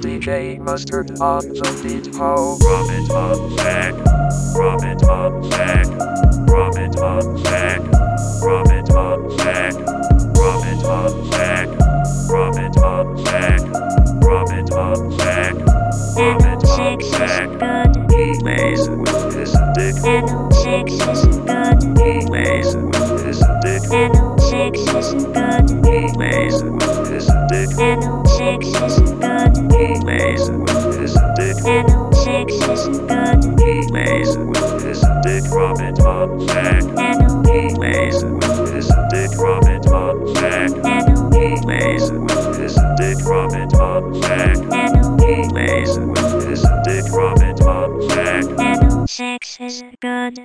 DJ Mustard on the beat. Ho. Drop it on Zach. Drop it on Zach. Drop it on Zach. Drop it on Zach. Drop it on Zach. Drop it on Zach. Drop it on Zach. Drop it on N6 Zach. is good. He plays with his dick. N6 is good. He plays with his dick. N6 is good. He plays with his dick. N6 is good. He plays with his dick. N6 is good. He plays with his dick. Drop it on Zach. N He plays with his dick rabbit on back. N He plays with his dick rabbit on back. N He plays with his dick rabbit on back. N6 is good.